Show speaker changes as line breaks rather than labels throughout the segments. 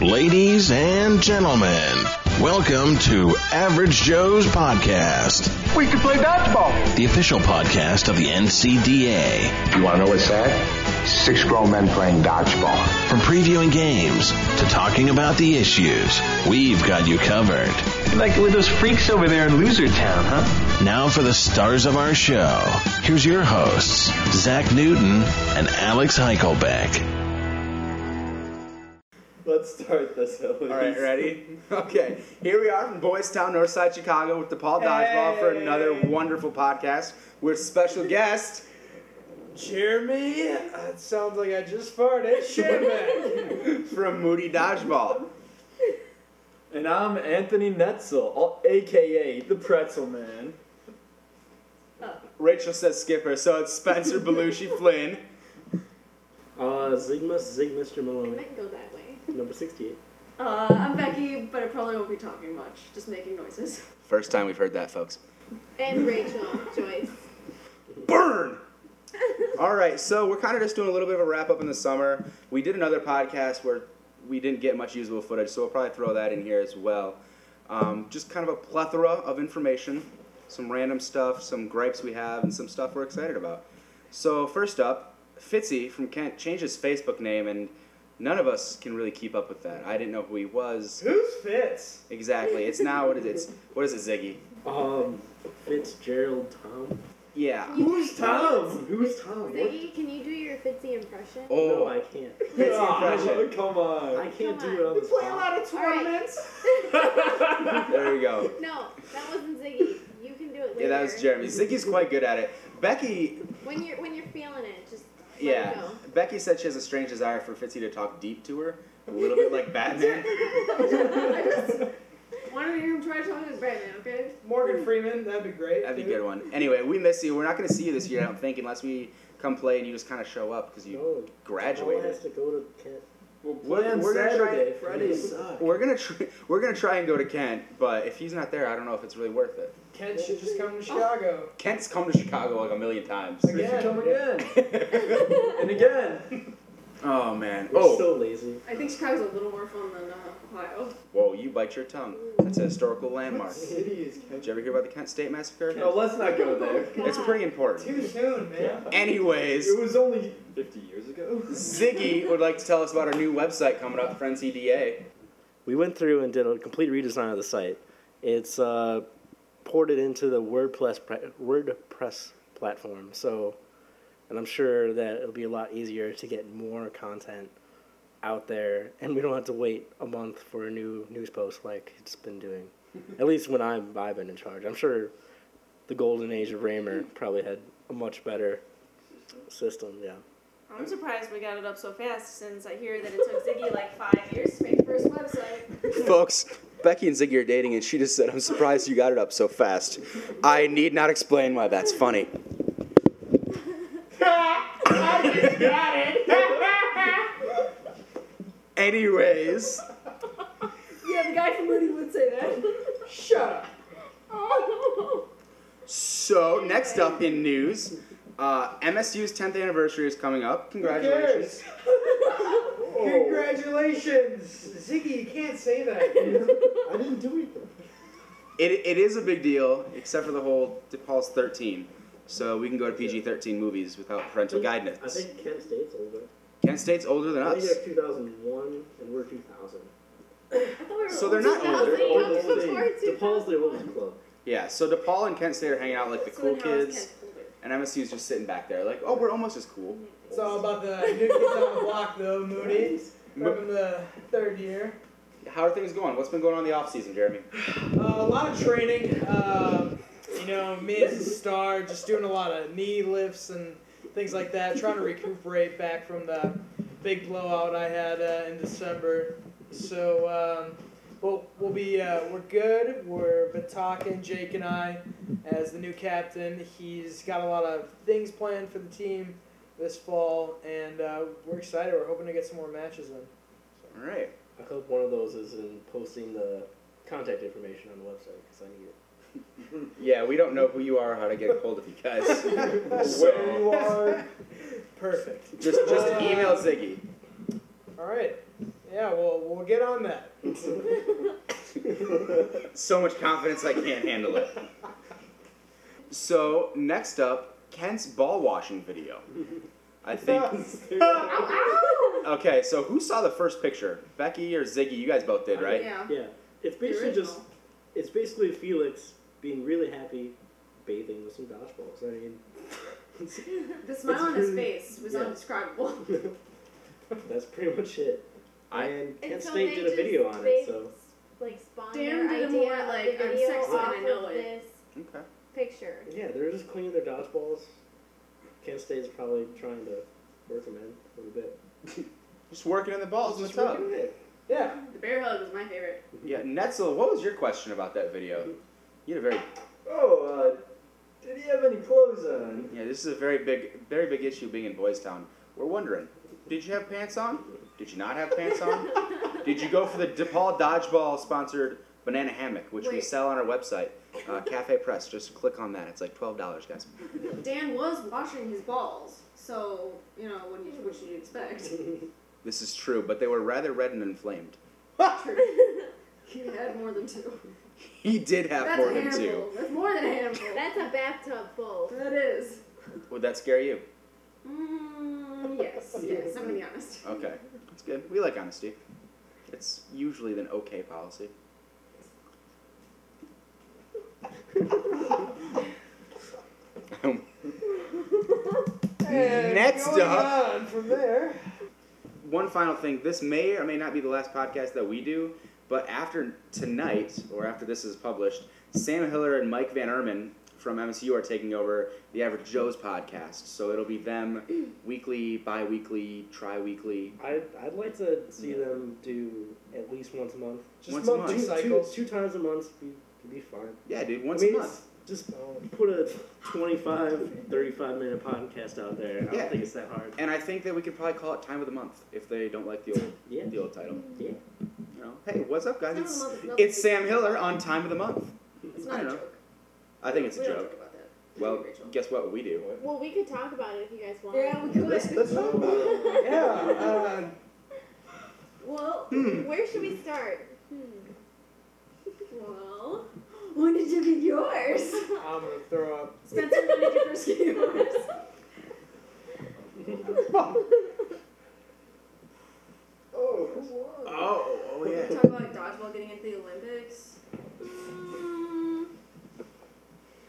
Ladies and gentlemen, welcome to Average Joe's Podcast,
We can play dodgeball.
the official podcast of the NCDA.
You want to know what's sad? Six grown men playing dodgeball.
From previewing games to talking about the issues, we've got you covered.
Like with those freaks over there in Loser Town, huh?
Now for the stars of our show. Here's your hosts, Zach Newton and Alex Heichelbeck.
Let's start this at least.
All right, ready? Okay, here we are from Boys Town, Northside Chicago, with DePaul Dodgeball for another wonderful podcast with special guest.
Jeremy, that sounds like I just farted.
From Moody Dodgeball.
and I'm Anthony Netzel, al- aka the Pretzel Man.
Rachel says skipper, so it's Spencer Belushi Flynn.
Uh, Zygmus, Zig Mr.
It
Maloney,
might go that way.
number 68.
Uh, I'm Becky, but I probably won't be talking much, just making noises.
First time we've heard that, folks.
And Rachel Joyce.
Burn! All right, so we're kind of just doing a little bit of a wrap up in the summer. We did another podcast where we didn't get much usable footage, so we'll probably throw that in here as well. Um, just kind of a plethora of information, some random stuff, some gripes we have, and some stuff we're excited about. So first up, Fitzy from Kent changed his Facebook name, and none of us can really keep up with that. I didn't know who he was
Who's Fitz?
exactly. It's now what is it? It's, what is it, Ziggy?
Um, Fitzgerald Tom.
Yeah.
Who's Tom? Who's Tom?
Ziggy, can you do your Fitzy impression?
Oh,
No, I can't.
Fitzy impression.
Ah, come on.
I can't
Come
do it on
on.
the spot.
of
All right.
Oh, There we go.
No, that wasn't Ziggy. You can do it later.
Yeah, that was Jeremy. Ziggy's quite good at it. Becky,
When you're when you're feeling it, just let it
yeah.
go.
Becky said she has a strange desire for Fitzy to talk deep to her, a little bit like Batman.
I just wanted to hear him try talking with Brandon, okay?
Morgan Freeman, that'd be great.
That'd be a good one. Anyway, we miss you. We're not going to see you this year, I don't think, unless we come play and you just kind of show up because you
No, Paul
graduated.
has to go to Kent.
We'll
We're-
play on
we're gonna try-
Saturday. Friday sucks.
We're gonna try, we're gonna try and go to Kent, but if he's not there, I don't know if it's really worth it.
Kent should just come to Chicago.
Kent's come to Chicago like a million times.
Again. come again. and again.
oh man.
We're
Oh,
so lazy.
I think Chicago's a little more fun than uh, Ohio.
whoa! You bite your tongue. That's a historical landmark. Did
City is Kent.
you ever hear about the Kent State Massacre?
No, let's not go there.
It's pretty important.
Too soon, man.
Anyways,
It was only 50 years ago.
Ziggy would like to tell us about our new website coming up, Friends E EDA.
We went through and did a complete redesign of the site. It's uh, ported into the WordPress pra- WordPress platform. So, and I'm sure that it'll be a lot easier to get more content out there, and we don't have to wait a month for a new news post like it's been doing. At least when I'm I've been in charge. I'm sure the golden age of Raymer probably had a much better system. Yeah.
I'm surprised we got it up so fast since I hear that it took Ziggy like five years to make the first website.
Folks, Becky and Ziggy are dating, and she just said, I'm surprised you got it up so fast. I need not explain why that's funny. Anyways,
Yeah, the guy from Moody would say that.
Shut up.
oh.
so next up in news, uh, MSU's 10th anniversary is coming up. Congratulations.
Congratulations, Ziggy. You can't say that. dude.
I didn't do anything.
It, it is a big deal, except for the whole DePaul's 13. So we can go to PG 13 movies without parental guidance.
I think Kent State's older.
Kent State's older than
I think
us.
they're 2001 and we're 2000.
So they're not older.
They're
Oldest
older.
thing. DePaul's the oldest club.
Yeah, so DePaul and Kent State are hanging out like the
So
cool
then how is
kids,
Kent older?
and MSU's just sitting back there, like, oh, we're almost as cool.
It's all about the new kids on the block, though, Moody. From the third year.
How are things going? What's been going on in the off season, Jeremy?
Uh, a lot of training. Um, you know, me as a star, just doing a lot of knee lifts and things like that, trying to recuperate back from the big blowout I had uh, in December. So, um, we'll, we'll be uh, we're good. We're been talking Jake and I as the new captain. He's got a lot of things planned for the team this fall, and uh, we're excited. We're hoping to get some more matches in.
All right.
I hope one of those is in posting the contact information on the website because I need it.
Yeah, we don't know who you are, or how to get a hold of you guys.
Where
so
you are, perfect.
just just email Ziggy.
All right. Yeah, well, we'll get on that.
So much confidence, I can't handle it. So next up, Kent's ball washing video. I think. Okay, so who saw the first picture? Becky or Ziggy? You guys both did, right?
Yeah.
Yeah, it's basically just it's basically Felix being really happy, bathing with some dodgeballs. I mean,
The smile on his face was
Yeah.
undescribable.
that's pretty much it.
I
and Kent State did a video on it, so
like spawned their
Dan did a
idea
more,
of
like,
the
I'm
video
sexy and
off
I know
of
it.
this
okay.
picture.
yeah, they're just cleaning their dodgeballs. Kent State's probably trying to work them in a little bit.
Just working in the balls in the
Just
tub.
working it.
Yeah.
The bear hug was my favorite.
Yeah, Netzel, what was your question about that video? You had a very
Oh, uh, did he have any clothes on?
yeah. This is a very big, very big issue being in Boys Town. We're wondering, did you have pants on? Did you not have pants on? did you go for the DePaul Dodgeball sponsored banana hammock, which we
Wait.
sell on our website, uh, Cafe Press? Just click on that. It's like twelve dollars, guys.
Dan was washing his balls, so you know what, you, what should you expect?
This is true, but they were rather red and inflamed.
He had more than two.
He did have
That's
more
a
than
handful.
two.
That's more than a handful.
That's a bathtub full.
that is.
Would that scare you?
Mm, yes, yes. I'm gonna be honest.
Okay, that's good. We like honesty. It's usually an okay policy. Um,
And
Next
going
up.
on from there.
One final thing. This may or may not be the last podcast that we do, but after tonight, or after this is published, Sam Hiller and Mike Van Erman from MSU are taking over the Average Joe's podcast. So it'll be them weekly, bi weekly, tri weekly.
I'd, I'd like to see them do at least once a month. Just
Once a
month,
month.
Two, two,
Cycles.
two times a month would be, would be fine.
Yeah, dude, once
I mean,
a month.
it's- Just um, put a 25, 35 minute podcast out there. I don't
Yeah.
think it's that hard.
And I think that we could probably call it time of the month if they don't like the old
Yeah.
the old title.
Yeah.
You know, hey, what's up, guys?
Time of the
It's,
month is nothing.
it's Sam Hiller on time of the month.
It's
I
not a
don't know.
joke.
I think it's a
we Don't
joke.
joke about that.
Well,
Rachel.
guess what we do?
Well, we could talk about it if you guys want.
Yeah, we could.
Let's, let's talk about it.
Yeah. Uh,
Well,
Hmm.
where should we start? Hmm.
Well, when did you get yours?
I'm gonna throw up.
Spencer, when did you first get yours?
Oh, who won?
Oh, oh yeah.
Talk about dodgeball getting into the Olympics. Mm,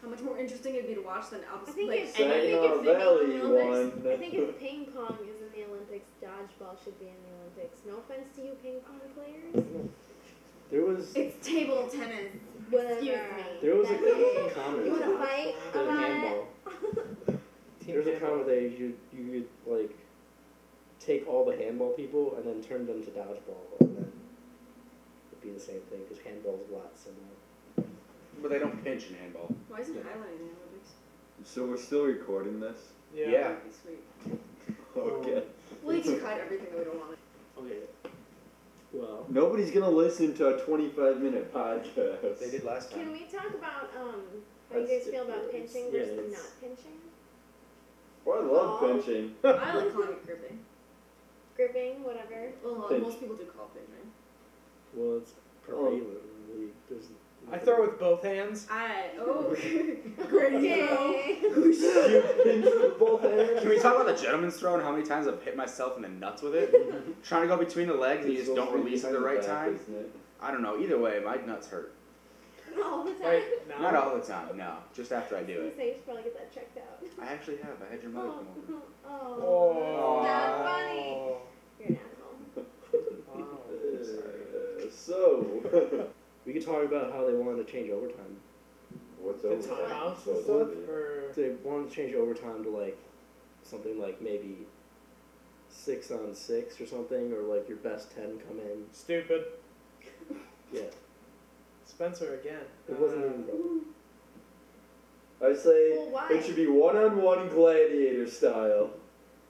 how much more interesting it'd be to watch than Alps.
I think
like,
it's-
I think
Saginaw
it's the
Valley
Olympics.
won.
I think if ping pong is in the Olympics, dodgeball should be in the Olympics. No offense to you ping pong players.
There was
It's table tennis.
Whatever.
me.
there was
That's
a
it.
comment.
You want to fight
the
about it?
handball. There's a comment that you you could like take all the handball people and then turn them to dodgeball, and then it'd be the same thing because handball's a lot similar.
But they don't pinch in handball.
Why isn't Highland in the Olympics?
So we're still recording this?
Yeah. Um,
Yeah.
That'd be sweet.
Okay.
We can cut everything that we don't want.
Okay. Well,
Nobody's gonna listen to a 25 minute podcast.
They did last
Can
time.
we talk about um, how you
That's
guys feel about
different.
pinching
Yeah,
versus
it's-
not pinching?
Oh, I love
Aw.
pinching.
I like calling it gripping.
Gripping, whatever.
Well, uh,
Pinch.
most people do call it pinching.
well, it's prevalently there's.
I throw with both hands.
I oh great
Yay.
you pinch with both hands?
Can we talk about the gentleman's throw and how many times I've hit myself in the nuts with it? Trying to go between the legs and you just don't release at the right time? I don't know. Either way, my nuts hurt.
All the time.
Wait, no.
Not all the time, no. Just after I do
You
it.
say you should probably get that checked out.
I actually have. I had your mother
Oh,
come over.
oh, not funny. You're an animal.
Uh, so,
We could talk about how they wanted to change overtime.
what's
The
over?
timeouts
So
and
it
stuff,
would be.
or
They wanted to change overtime to like something like maybe six on six or something, or like your best ten come in.
stupid.
Yeah,
Spencer again.
it wasn't
Uh,
even.
I say
Well, why?
it should be one on one gladiator style.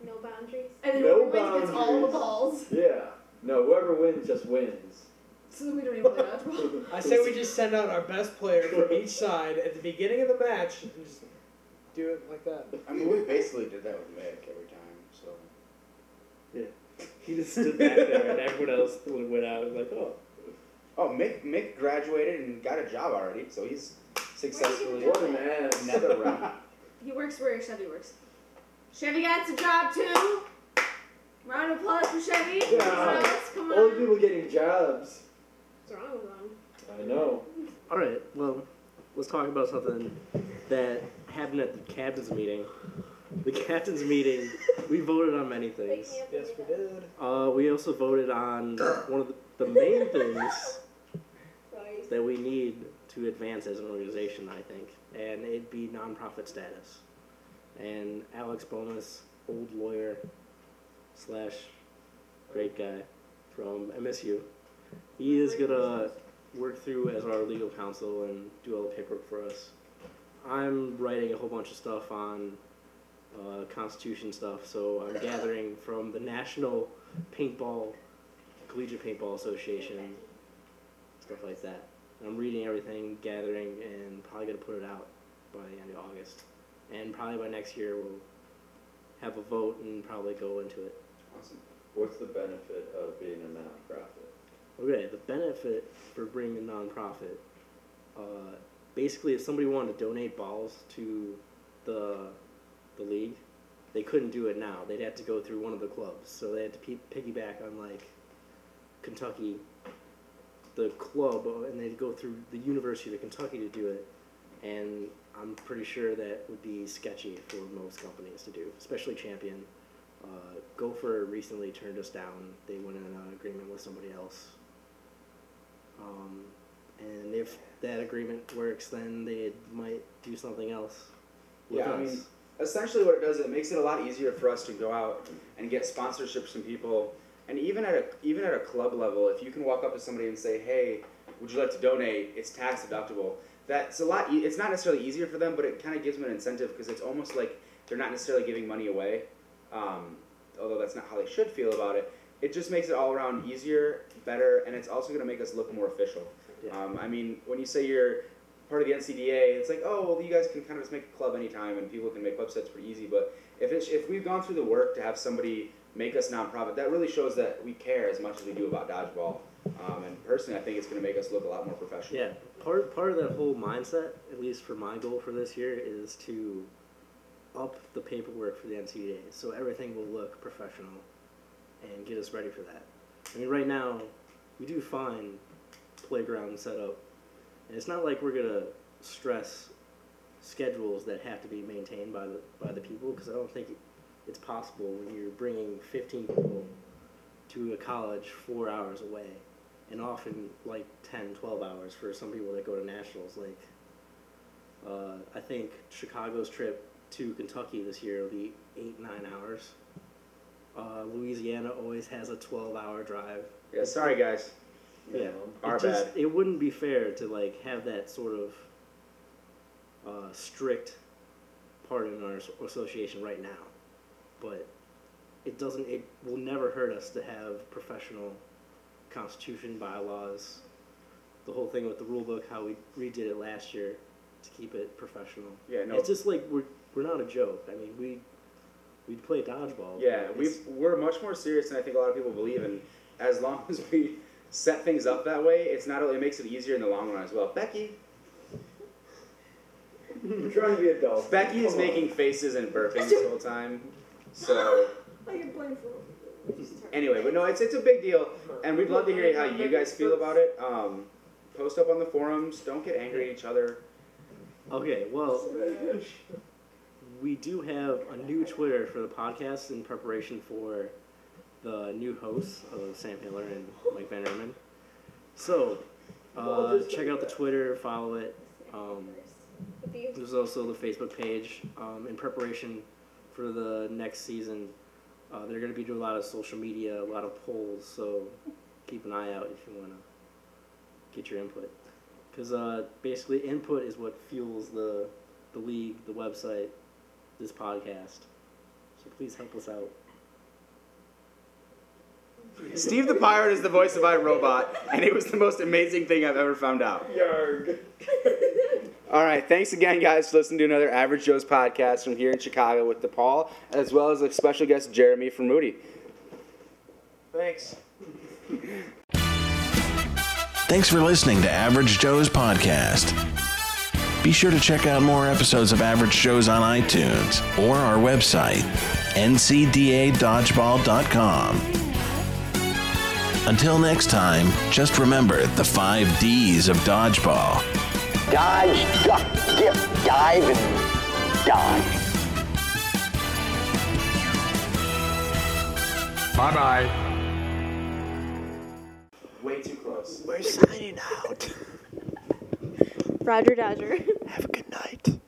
No boundaries.
And then
No
whoever wins gets all the
boundaries.
balls.
Yeah. No, whoever wins just wins.
So then we don't even play dodgeball.
I say we just send out our best player from each side at the beginning of the match and just do it like that.
I mean, we basically did that with Vic every time, so.
Yeah. He just stood back there, and everyone else went out. and was like, oh,
Oh, Mick Mick graduated and got a job already, so he's successfully
What an ass.
another round.
He works where Chevy works. Chevy got a job too. Round of applause for Chevy.
Yeah.
Results, come
Oh.
Old
on.
people getting jobs.
What's wrong with them?
I know.
all right. Well, let's talk about something that happened at the captain's meeting. The captain's meeting. We voted on many
They
things.
can't
Yes, we
believe it.
did.
Uh, we also voted on one of the, the main things
Sorry.
that we need to advance as an organization, I think, and it'd be nonprofit status. And Alex Bonus, old lawyer slash great guy from MSU, he is gonna work through as our legal counsel and do all the paperwork for us. I'm writing a whole bunch of stuff on uh, Constitution stuff, so I'm gathering from the National Paintball Collegiate Paintball Association stuff like that. And I'm reading everything, gathering, and probably gonna put it out by the end of August. And probably by next year we'll have a vote and probably go into it.
What's the benefit of being a nonprofit?
Okay, the benefit for being a nonprofit, uh, basically, if somebody wanted to donate balls to the the league, they couldn't do it now. They'd have to go through one of the clubs, so they had to pe- piggyback on like Kentucky, the club, uh, and they'd go through the University of Kentucky to do it. And I'm pretty sure that would be sketchy for most companies to do, especially Champion. Uh, Gopher recently turned us down. They went in an agreement with somebody else. Um, and if that agreement works, then they might do something else. With
Yeah, I
us.
mean, essentially what it does, it makes it a lot easier for us to go out and get sponsorships from people. And even at a even at a club level, if you can walk up to somebody and say, "Hey, would you like to donate?" It's tax deductible. That's a lot. E- it's not necessarily easier for them, but it kind of gives them an incentive because it's almost like they're not necessarily giving money away. Um, although that's not how they should feel about it. It just makes it all around easier, better, and it's also going to make us look more official.
Yeah.
Um, I mean, when you say you're part of the NCDA, it's like, oh, well, you guys can kind of just make a club anytime, and people can make websites pretty easy. But if it's, if we've gone through the work to have somebody make us nonprofit, that really shows that we care as much as we do about dodgeball. Um, and personally, I think it's going to make us look a lot more professional.
Yeah, part part of that whole mindset, at least for my goal for this year, is to up the paperwork for the NCAA, so everything will look professional, and get us ready for that. I mean, right now we do fine playground setup, and it's not like we're gonna stress schedules that have to be maintained by the by the people because I don't think it's possible when you're bringing 15 people to a college four hours away and often like 10 12 hours for some people that go to nationals like uh, i think chicago's trip to kentucky this year will be eight nine hours uh, louisiana always has a 12 hour drive
Yeah, sorry guys,
yeah
our
it just
bad.
it wouldn't be fair to like have that sort of uh, strict part in our as- association right now but it doesn't it will never hurt us to have professional constitution bylaws the whole thing with the rule book how we redid it last year to keep it professional
Yeah, no.
it's just like we're we're not a joke i mean we we play dodgeball but
Yeah, we
it's-
we're much more serious than I think a lot of people believe, and as long as we set things up that way, it's not only it makes it easier in the long run as well. Becky,
We're trying to be adults.
Becky is
Come on.
making faces and burping this whole time, so.
I get blamed for it.
Anyway, but no, it's it's a big deal, and we'd love to hear how you guys feel about it. Um, post up on the forums. Don't get angry at each other.
Okay, well, we do have a new Twitter for the podcast in preparation for the new hosts of Sam Hiller and Mike Van Erman. So, uh, check out the Twitter, follow it. Um,
With you.
there's also the Facebook page um, in preparation for the next season. Uh, they're going to be doing a lot of social media, a lot of polls, so keep an eye out if you want to get your input. Because uh, basically, input is what fuels the the league, the website, this podcast. So please help us out.
Steve the pirate is the voice of iRobot, and it was the most amazing thing I've ever found out.
Yarg.
All right, thanks again, guys, for listening to another Average Joe's podcast from here in Chicago with DePaul, as well as a special guest Jeremy from Moody.
Thanks.
Thanks for listening to Average Joe's podcast. Be sure to check out more episodes of Average Joe's on iTunes or our website, ncdadodgeball.com. Until next time, just remember the five D's of dodgeball.
Dodge, duck, dip, dive, and dodge.
Bye bye.
Way too close.
We're signing out.
Roger, Dodger.
Have a good night.